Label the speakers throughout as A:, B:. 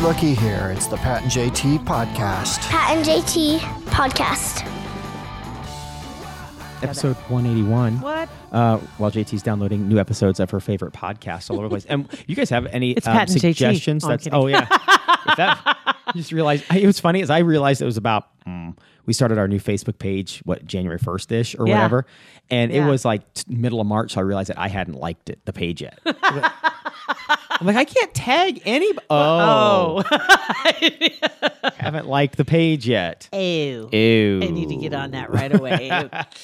A: Lucky here. It's the Pat and JT podcast.
B: Pat and JT podcast.
C: episode 181.
D: What?
C: Uh, while JT's downloading new episodes of her favorite podcasts all over the place. And you guys have any
D: It's
C: um,
D: Pat and JT.
C: suggestions?
D: Oh, I'm
C: That's
D: kidding.
C: oh yeah. If that- I just realized I, it was funny as I realized it was about mm, we started our new Facebook page what January first ish or
D: Yeah.
C: whatever, and
D: Yeah.
C: it was like t- middle of March. So I realized that I hadn't liked it the page yet. I'm like I can't tag any. Oh,
D: Oh.
C: haven't liked the page yet.
D: Ew.
C: Ew.
D: oh. I need to get on that right away.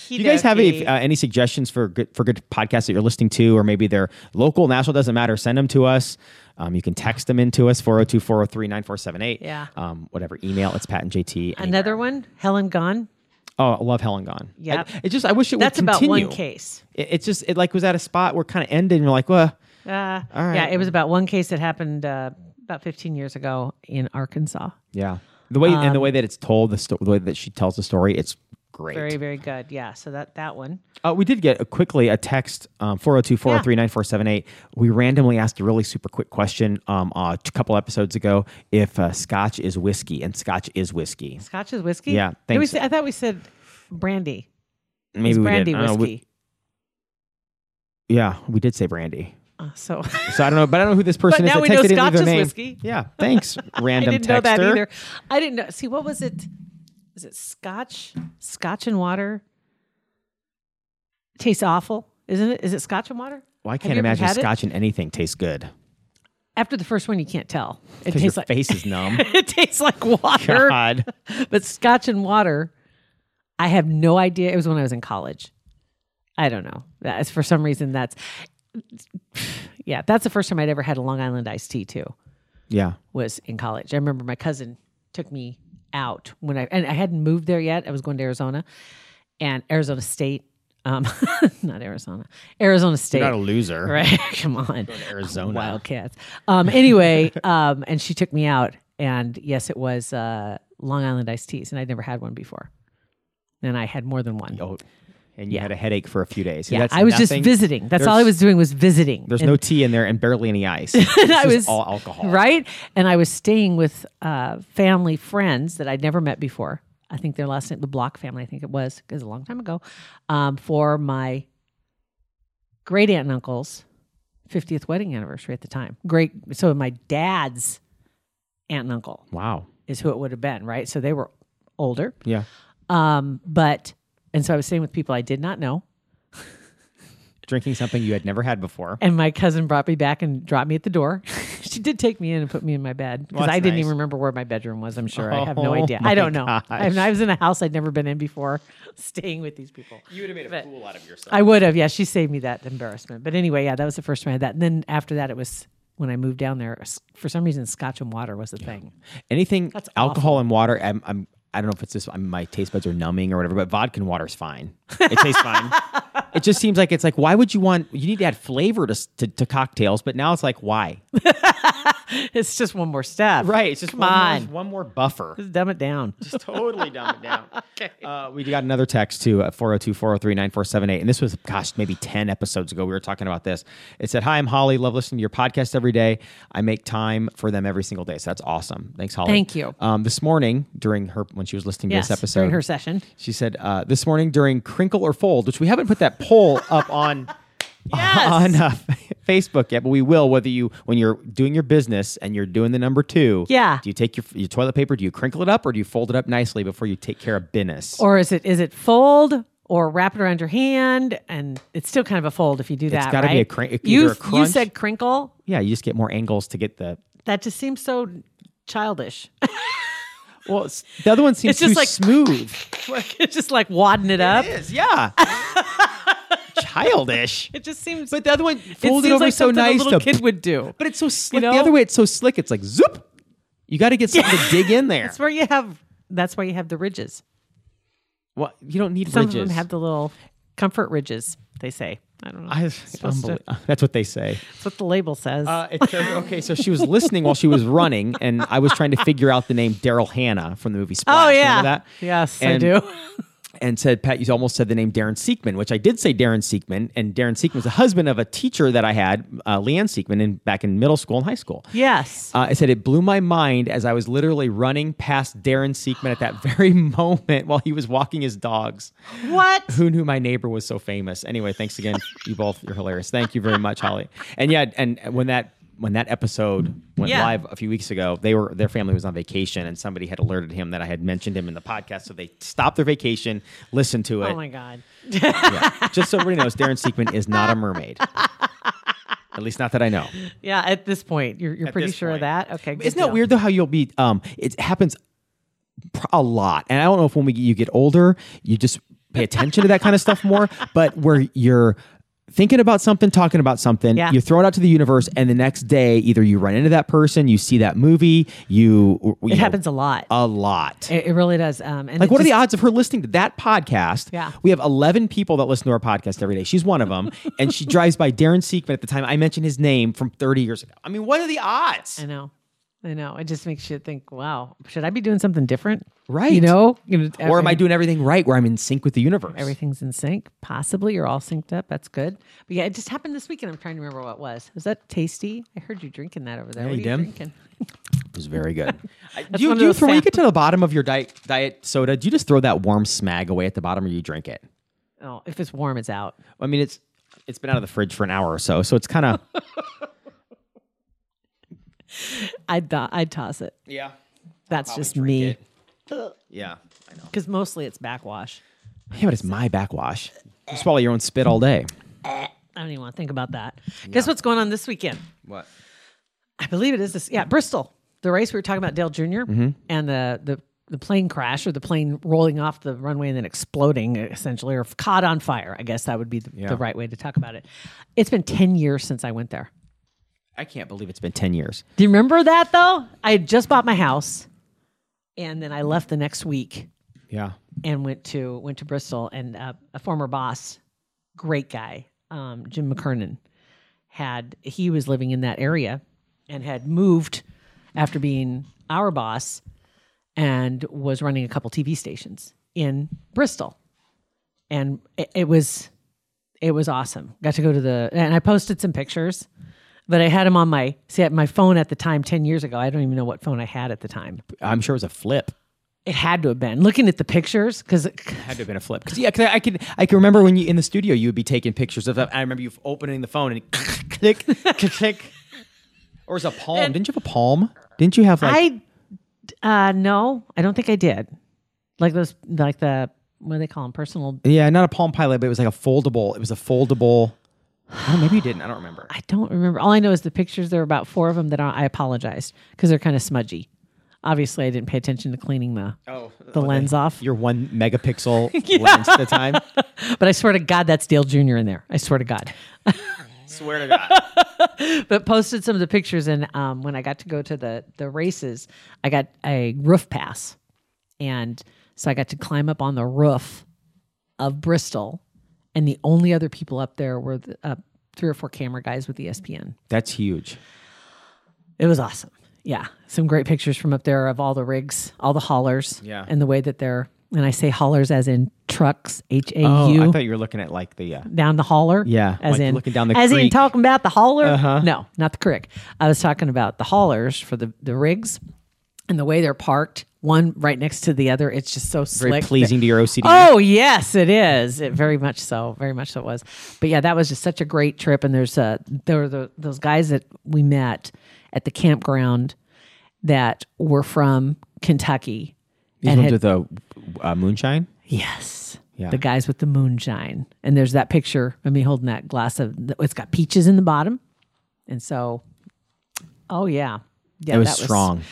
C: Do you guys have any
D: Okey-dokey.
C: uh, any suggestions for good for good podcasts that you're listening to, or maybe they're local, national, doesn't matter? Send them to us. Um, you can text them in to us 402 403 9478.
D: Yeah.
C: Um, whatever. Email. It's Pat and JT.
D: Another one? Helen Gone?
C: Oh, I love Helen Gone.
D: Yep.
C: I- It just, I wish it
D: That's
C: would
D: about
C: continue.
D: one case.
C: It, it's just, it like was at a spot where it kind of ended and we're like, well,
D: Uh,
C: right.
D: Yeah, it was about one case that happened uh, about 15 years ago in Arkansas.
C: yeah. The way,
D: Um,
C: and the way that it's told, the, sto- the way that she tells the story, it's great.
D: Very, very good. Yeah, so that, that one.
C: Uh, we did get a, quickly a text um, 402-403-9478. We randomly asked a really super quick question um, uh, a couple episodes ago if uh, Scotch is whiskey, and Scotch is whiskey.
D: Scotch is whiskey?
C: Yeah,
D: Did we
C: thanks.
D: say- I thought we said brandy.
C: Maybe
D: it's
C: we
D: brandy
C: did. I don't know, we-
D: whiskey.
C: yeah, we did say brandy.
D: Uh, so
C: So I don't know, but I don't know who this person
D: now
C: is.
D: we
C: that
D: know
C: texted in
D: Scotch
C: either
D: is
C: name.
D: whiskey.
C: Yeah, thanks, random
D: I didn't know that
C: texter.
D: either. I didn't know. See, what was it? Is it scotch? Scotch and water? Tastes awful, isn't it? Is it scotch and water?
C: Well, I
D: Have
C: can't
D: you ever
C: imagine
D: had it?
C: Scotch in anything tastes good
D: After the first one, you can't tell. It
C: because your
D: tastes like
C: face is numb.
D: it tastes like water.
C: God,
D: But scotch and water, I have no idea. It was when I was in college. I don't know. That's for some reason. That's yeah. That's the first time I'd ever had a Long Island iced tea too.
C: yeah.
D: was in college. I remember my cousin took me out when I and I hadn't moved there yet. I was going to Arizona and Arizona State. Um, not Arizona, Arizona State.
C: You're not a loser,
D: right? Come on,
C: Arizona.
D: Wildcats. Um, anyway, um, and she took me out, and yes, it was uh, Long Island iced teas, and I'd never had one before, and I had more than one.
C: Oh, and you had a headache for a few days. See,
D: yeah,
C: that's
D: I was
C: nothing-
D: just visiting. That's all I
C: There's-
D: was doing was visiting.
C: There's
D: And-
C: no tea in there and barely any ice. It's
D: and I
C: just
D: was
C: all alcohol.
D: right? And I was staying with uh, family friends that I'd never met before. I think their last name, the Block family, I think it was, because a long time ago, um, for my great aunt and uncle's fiftieth wedding anniversary at the time. Great, so my dad's aunt and uncle
C: Wow.
D: is who it would have been, right? So they were older,
C: Yeah.
D: um, but and so I was staying with people I did not know.
C: Drinking something you had never had before.
D: And my cousin brought me back and dropped me at the door. she did take me in and put me in my bed because
C: Well, that's
D: I didn't
C: nice.
D: even remember where my bedroom was. I'm sure I have no
C: Oh,
D: idea.
C: my
D: I don't know.
C: gosh.
D: I, I was in a house I'd never been in before, staying with these people.
C: You would have made a
D: But-
C: fool out of yourself.
D: I would have. Yeah, she saved me that embarrassment. But anyway, yeah, that was the first time I had that. And then after that, it was when I moved down there. s- For some reason, Scotch and water was the thing.
C: Anything alcohol and water. I'm, I'm. I don't know if it's just I'm, my taste buds are numbing or whatever, but vodka and water is fine. It tastes fine. It just seems like it's like why would you want? You need to add flavor to s- to, to cocktails, but now it's like why?
D: It's just one more step.
C: Right. It's just
D: Come
C: one,
D: on.
C: More, one more buffer.
D: Just dumb it down.
C: Just totally dumb it down. okay. Uh, we got another text too at 402 403 9478. And this was, gosh, maybe 10 episodes ago. We were talking about this. It said, Hi, I'm Holly. Love listening to your podcast every day. I make time for them every single day. So that's awesome. Thanks, Holly.
D: Thank you.
C: Um, this morning, during her, when she was listening
D: Yes,
C: to this episode,
D: during her session.
C: she said, uh, This morning during Crinkle or Fold, which we haven't put that poll up on. On uh, Facebook, yet, but we will. Whether you, when you're doing your business and you're doing the number two,
D: Yeah.
C: do you take your, your toilet paper? Do you crinkle it up, or do you fold it up nicely before you take care of business?
D: Or is it is it fold or wrap it around your hand? And it's still kind of a fold if you do that.
C: gotta be
D: right?
C: a crin- either
D: You
C: a
D: you
C: crunch-
D: said crinkle.
C: yeah, you just get more angles to get the.
D: That just seems so childish.
C: Well, it's- the other one seems
D: It's just
C: too
D: like-
C: smooth.
D: it's just like wadding it up.
C: It is, yeah, childish.
D: It just seems.
C: But the other one
D: it seems
C: folded over
D: like
C: so
D: something
C: nice.
D: a little
C: to-
D: kid would do.
C: but it's so slick.
D: know?
C: The other way, it's so slick. It's like zoop. You got to get something to dig in there.
D: That's where you have. That's why you have the ridges.
C: Well, you don't need
D: Some
C: ridges.
D: of them have the little comfort ridges. They say. I don't know.
C: I,
D: supposed to-
C: unbelie- that's what they say.
D: That's what the label says.
C: Uh, it says- okay, so she was listening while she was running, and I was trying to figure out the name Daryl Hannah from the movie Splash.
D: oh
C: Remember
D: yeah.
C: that?
D: Yes, I
C: And-
D: do.
C: and said, Pat, you almost said the name Darren Siekman, which I did say Darren Siekman. And Darren Siekman was the husband of a teacher that I had, uh, Leanne Siekman, in, back in middle school and high school.
D: Yes.
C: Uh, I said it blew my mind as I was literally running past Darren Siekman at that very moment while he was walking his dogs.
D: what?
C: Who knew my neighbor was so famous? Anyway, thanks again. you both, you're hilarious. Thank you very much, Holly. And yeah, and when that when that episode went
D: Yeah.
C: live a few weeks ago, they were their family was on vacation, and somebody had alerted him that I had mentioned him in the podcast. So they stopped their vacation, listened to it.
D: Oh my God.
C: Yeah. Just so everybody knows, Darren Siekman is not a mermaid. At least, not that I know.
D: Yeah. At this point, you're, you're
C: At
D: pretty
C: this
D: sure
C: point.
D: of that. Okay. good
C: Isn't that
D: deal.
C: weird though? How you'll be um, it happens pr- a lot, and I don't know if when we you get older, you just pay attention to that kind of stuff more. But where you're thinking about something, talking about something,
D: Yeah.
C: you throw it out to the universe, and the next day, either you run into that person, you see that movie, you, you
D: It
C: know,
D: happens a lot.
C: a lot.
D: it, it really does. Um, and
C: like,
D: it
C: what are the
D: just-
C: odds of her listening to that podcast?
D: Yeah.
C: We have 11 people that listen to our podcast every day. She's one of them. and she drives by Darren Siekman at the time I mentioned his name from 30 years ago. I mean, what are the odds?
D: I know. I know. It just makes you think, wow, should I be doing something different? You
C: Right.
D: know? You know,
C: or am I doing everything right where I'm in sync with the universe?
D: Everything's in sync. Possibly you're all synced up. That's good. But yeah, it just happened this weekend. I'm trying to remember what it was. Was that tasty? I heard you drinking that over there. what are you
C: Dim.
D: drinking?
C: It was very good. I- do
D: one
C: you,
D: of
C: do you
D: those
C: throw, when you
D: fam-
C: get to the bottom of your diet, diet soda, do you just throw that warm smag away at the bottom or you drink it?
D: Oh, if it's warm, it's out.
C: I mean, it's it's been out of the fridge for an hour or so, so it's kind of.
D: I'd, do- I'd toss it.
C: yeah.
D: That's just me.
C: Yeah, I know.
D: Because mostly it's backwash.
C: Yeah, but it's my backwash. You swallow your own spit all day.
D: I don't even want to think about that. Guess what's going on this weekend?
C: What?
D: I believe it is this. Yeah, Bristol. The race we were talking about, Dale junior and the the the plane crash or the plane rolling off the runway and then exploding essentially or caught on fire. I guess that would be the, the right way to talk about it. It's been ten years since I went there.
C: I can't believe it's been 10 years.
D: Do you remember that though? I had just bought my house, and then I left the next week
C: Yeah.
D: and went to went to Bristol and uh, a former boss, great guy, um, Jim McKernan, had he was living in that area and had moved after being our boss and was running a couple TV stations in Bristol, and it, it was it was awesome. Got to go to the and I posted some pictures. But I had him on my see at my phone at the time ten years ago. I don't even know what phone I had at the time.
C: I'm sure it was a flip.
D: It had to have been looking at the pictures because
C: Had to have been a flip. 'Cause, yeah, 'cause I, I could I can remember when you in the studio you would be taking pictures of that. I remember you opening the phone and click click click. Or was it a palm? Didn't you have a palm? Didn't you have like
D: I uh no, I don't think I did. Like those like the what do they call them? Personal
C: yeah, not a palm pilot, but it was like a foldable. It was a foldable. Oh, maybe you didn't. I don't remember.
D: I don't remember. All I know is the pictures there are about 4 of them that are, I apologized cuz they're kind of smudgy. Obviously, I didn't pay attention to cleaning the
C: Oh,
D: the lens off.
C: your one megapixel lens at the time.
D: But I swear to God that's Dale Jr. in there. I swear to God.
C: Swear to God.
D: but posted some of the pictures and um, when i got to go to the the races i got a roof pass and so i got to climb up on the roof of bristol and the only other people up there were the, uh, three or four camera guys with E espn
C: That's huge.
D: it was awesome yeah some great pictures from up there of all the rigs all the haulers
C: Yeah.
D: and the way that they're and i say haulers as in trucks
C: Oh,
D: h-a-u
C: I thought you were looking at like the uh,
D: down the hauler.
C: Yeah,
D: as
C: like
D: in
C: looking down the
D: as in
C: creek. Uh-huh.
D: talking about the hauler. No, not the creek. I was talking about the haulers for the the rigs and the way they're parked, one right next to the other. It's just so
C: very
D: slick.
C: pleasing to your OCD.
D: Oh yes, it is. It very much so. Very much so it was. But yeah, that was just such a great trip. And there's uh there were the, those guys that we met at the campground that were from Kentucky.
C: These
D: and
C: ones
D: had-
C: with the uh, moonshine.
D: Yes.
C: Yeah.
D: The guys with the moonshine. And there's that picture of me holding that glass of, it's got peaches in the bottom. And so, oh, yeah. Yeah.
C: It was strong.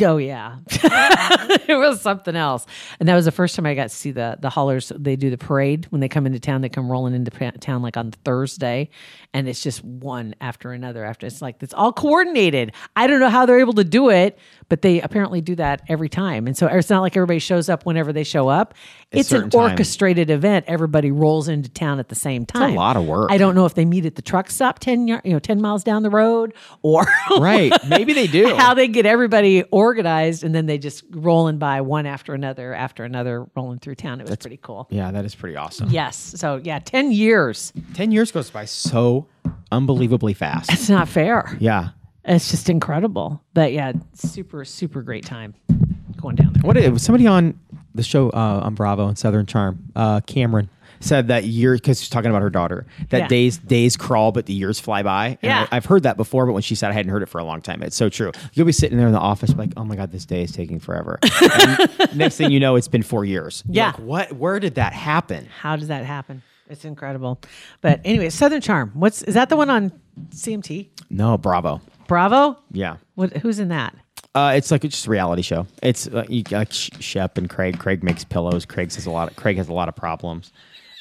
D: Oh, yeah. it was something else. And that was the first time I got to see the, the haulers. They do the parade when they come into town. They come rolling into pa- town like on Thursday. And it's just one after another. After it's like, it's all coordinated. I don't know how they're able to do it, but they apparently do that every time. And so it's not like everybody shows up whenever they show up. It's an
C: certain time.
D: orchestrated event. Everybody rolls into town at the same time.
C: lot of work.
D: I don't know if they meet at the truck stop ten yar- you know ten miles down the road or
C: Right. Maybe they do.
D: how they get everybody organized, and then they just rolling by one after another after another, rolling through town. It was pretty cool.
C: Yeah, that is pretty awesome.
D: Yes. So yeah, ten years.
C: 10 years goes by so unbelievably fast.
D: It's not fair.
C: Yeah.
D: It's just incredible. But yeah, super super great time going down there.
C: What it was somebody on the show uh, on Bravo and Southern Charm, uh, Cameron said that year because she's talking about her daughter that
D: Yeah.
C: days days crawl but the years fly by. And
D: Yeah.
C: I, I've heard that before, but when she said I hadn't heard it for a long time, it's so true. You'll be sitting there in the office like, oh my god, this day is taking forever. And next thing you know, it's been four years. You're
D: Yeah.
C: like, what? Where did that happen?
D: How does that happen? It's incredible. But anyway, Southern Charm. What's is that the one on CMT?
C: No, Bravo.
D: Bravo.
C: Yeah.
D: What, who's in that?
C: Uh, it's like it's just a reality show. It's uh, you, uh, Sh- Shep and Craig. Craig makes pillows. Craig has a lot. Of, Craig has a lot of problems.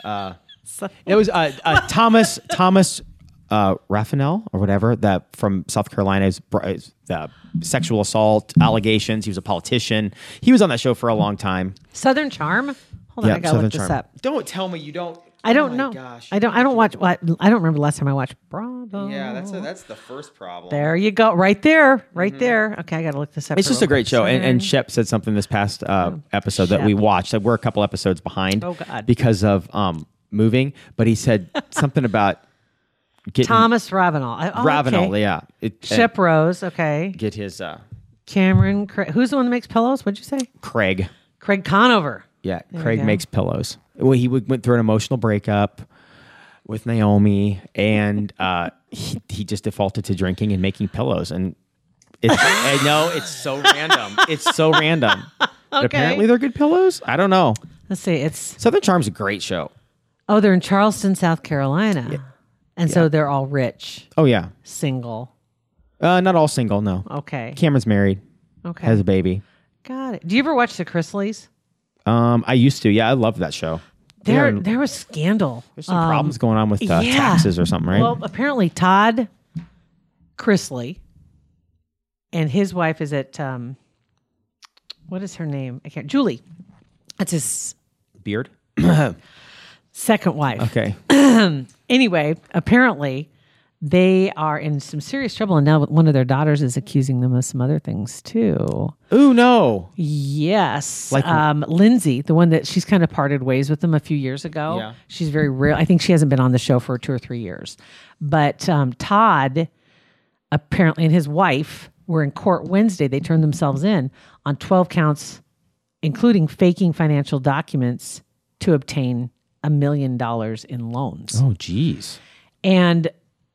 D: So-
C: It was uh, uh, Thomas Thomas uh, Raphael or whatever that from South Carolina's br- is the sexual assault allegations. He was a politician. He was on that show for a long time.
D: Southern Charm. Hold on, I
C: Yeah,
D: gotta
C: Southern
D: look this
C: Charm.
D: up.
C: Don't tell me you don't.
D: I
C: Oh
D: don't
C: my
D: know.
C: gosh.
D: I don't. I don't watch. I don't remember the last time I watched Bravo.
C: that's a, that's the first problem.
D: There you go. Right there. Right there. Okay, I gotta look this up.
C: Mm-hmm. It's
D: real
C: just a great
D: quick.
C: show. And, and
D: Southern-
C: Shep said something this past uh, episode that we
D: Oh, Shep.
C: watched. That we're a couple episodes behind.
D: Oh, God.
C: Because of um, moving, but he said something about getting
D: Thomas Ravenel. I, oh,
C: Ravenel.
D: okay.
C: Yeah, it, uh,
D: Shep Rose. Okay.
C: get his uh,
D: Cameron. Craig, who's the one that makes pillows? What'd you say?
C: Craig.
D: Craig Conover.
C: Yeah,
D: There you
C: Craig
D: go.
C: makes pillows. Well, he w- went through an emotional breakup with Naomi, and uh, he, he just defaulted to drinking and making pillows. And it's, I know it's so random. It's so random. But apparently, they're good pillows. I don't know.
D: Let's see. It's
C: Southern Charm's a great show.
D: oh, they're in Charleston, South Carolina, and so they're all rich,
C: Oh yeah,
D: single.
C: uh, not all single. No,
D: Okay.
C: Cameron's married,
D: Okay.
C: has a baby.
D: Got it. Do you ever watch the Chrisleys?
C: Um, I used to. Yeah, I love that show.
D: There,
C: They're-
D: there was scandal.
C: There's some problems going on with uh,
D: Um, yeah.
C: taxes or something, right?
D: Well, apparently Todd Chrisley and his wife is at um, what is her name? I can't. Julie. That's his
C: Beard.
D: second wife.
C: Okay.
D: Anyway, apparently they are in some serious trouble, and now one of their daughters is accusing them of some other things too.
C: Ooh no.
D: Yes.
C: Like-
D: um, Lindsay, the one that she's kind of parted ways with them a few years ago.
C: Yeah.
D: She's very real. I think she hasn't been on the show for two or three years. But um, Todd apparently and his wife were in court Wednesday. They turned themselves in on 12 counts, including faking financial documents to obtain a million dollars in loans.
C: Oh geez.
D: And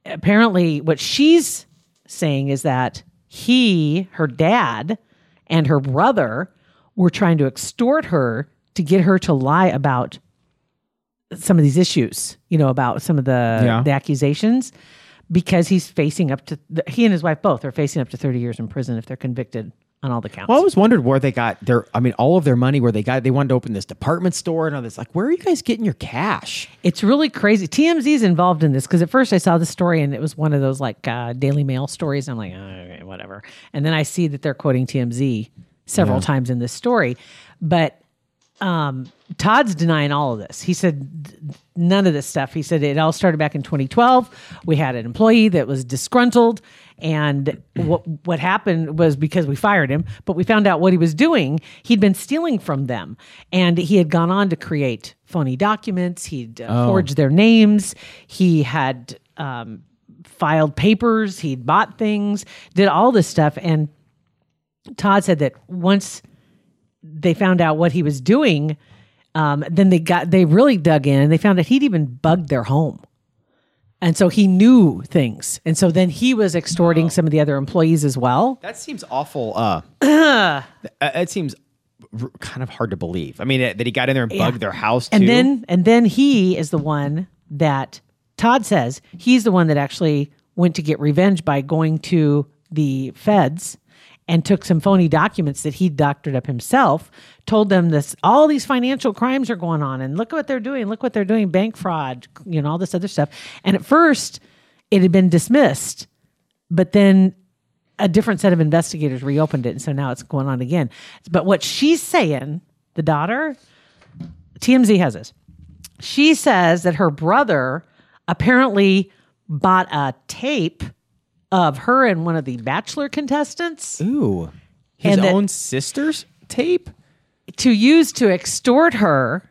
D: apparently, what she's saying is that he, her dad, and her brother were trying to extort her to get her to lie about some of these issues, you know, about some of the,
C: Yeah.
D: the accusations, because he's facing up to, he and his wife both are facing up to 30 years in prison if they're convicted on all the counts.
C: Well, I always wondered where they got their, I mean, all of their money, where they got, they wanted to open this department store and all this. Like, where are you guys getting your cash?
D: It's really crazy. TMZ's involved in this because at first I saw the story and it was one of those like uh, Daily Mail stories. I'm like, "Oh, okay, whatever. And then I see that they're quoting TMZ several times in this story. But um, Todd's denying all of this. He said none of this stuff. He said it all started back in 2012. We had an employee that was disgruntled, and what what happened was because we fired him, but we found out what he was doing. He'd been stealing from them, and he had gone on to create phony documents. He'd uh, forged their names. He had um, filed papers. He'd bought things. Did all this stuff, and Todd said that once they found out what he was doing, um, then they got they really dug in and they found that he'd even bugged their home. And so he knew things. And so then he was extorting some of the other employees as well.
C: That seems awful. Uh, it seems r- kind of hard to believe. I mean, that that he got in there and bugged their house
D: And
C: too.
D: then and then he is the one that Todd says he's the one that actually went to get revenge by going to the feds and took some phony documents that he doctored up himself, told them this all these financial crimes are going on and look what they're doing, look what they're doing, bank fraud, you know, all this other stuff. And at first it had been dismissed, but then a different set of investigators reopened it and so now it's going on again. But what she's saying, the daughter, TMZ has this. She says that her brother apparently bought a tape of her and one of the bachelor contestants
C: Ooh, His
D: And that-
C: own sister's tape?
D: to use to extort her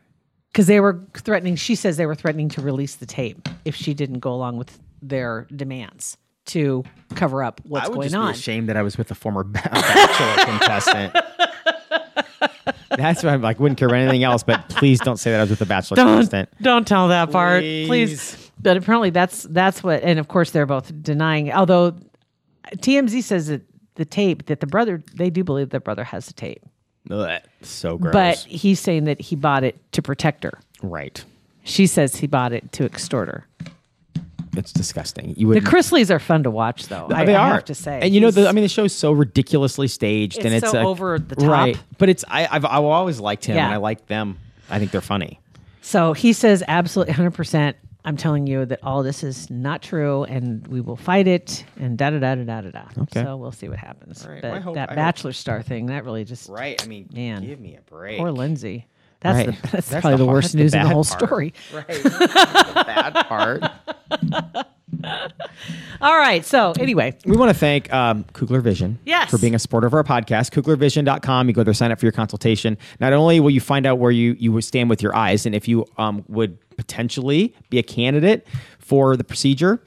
D: because they were threatening she says they were threatening to release the tape if she didn't go along with their demands to cover up what's
C: I would
D: going
C: just
D: on
C: be ashamed that I was with a former ba- bachelor contestant. That's why I'm like, wouldn't care about anything else, but please don't say that I was with a bachelor contestant.
D: Uh, don't tell that part
C: Please.
D: please but apparently that's that's what and of course they're both denying although tmz says that the tape that the brother they do believe the brother has the tape
C: Ugh, so gross.
D: but he's saying that he bought it to protect her
C: right.
D: she says he bought it to extort her
C: It's disgusting. You
D: the
C: would
D: Chrisleys are fun to watch, though. I,
C: they
D: I
C: are.
D: have to say,
C: and you know,
D: He's-
C: the, I mean, the show's so ridiculously staged, and
D: It's
C: it's
D: so
C: like-
D: over the top.
C: right? But it's I, I've I've always liked him,
D: Yeah.
C: and I like them. I think they're funny.
D: So he says, absolutely 100%. I'm telling you that all this is not true and we will fight it and da da da da da da da.
C: Okay.
D: So we'll see what happens.
C: right.
D: But
C: Well, I hope- I
D: that
C: hope-
D: Bachelor Star thing, that really just.
C: Right? I mean,
D: Man.
C: give me a break.
D: Poor Lindsay. That's,
C: Right.
D: the, that's,
C: That's
D: probably
C: the
D: the,
C: hard- that's
D: worst
C: the
D: news in
C: bad
D: the whole
C: part.
D: story.
C: Right. the bad part.
D: All right. So anyway,
C: We want to thank um, Kugler Vision
D: Yes.
C: for being a supporter of our podcast. KuglerVision.com. You go there, sign up for your consultation. Not only will you find out where you, you would stand with your eyes and if you um, would potentially be a candidate for the procedure,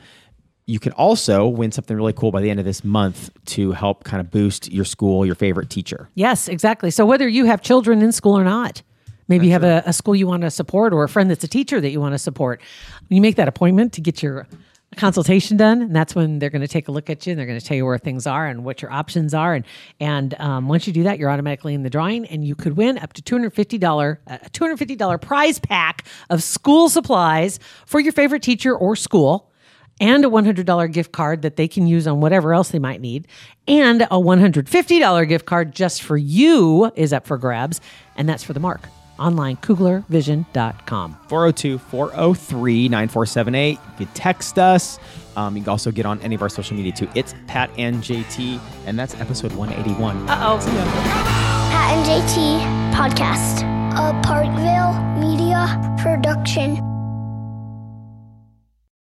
C: you can also win something really cool by the end of this month to help kind of boost your school, your favorite teacher.
D: yes, exactly. So whether you have children in school or not, maybe you have a, a school you want to support or a friend that's a teacher that you want to support, you make that appointment to get your consultation done and that's when they're going to take a look at you and they're going to tell you where things are and what your options are and and um, once you do that you're automatically in the drawing and you could win up to $250 uh, a $250 prize pack of school supplies for your favorite teacher or school and a $100 gift card that they can use on whatever else they might need. And a $150 gift card just for you is up for grabs, and that's for the mark. Online, kuglervision.com.
C: 402 403 9478. You could text us. Um, you can also get on any of our social media too. It's Pat and JT, and that's episode 181.
B: Pat and JT Podcast. A Parkville Media Production.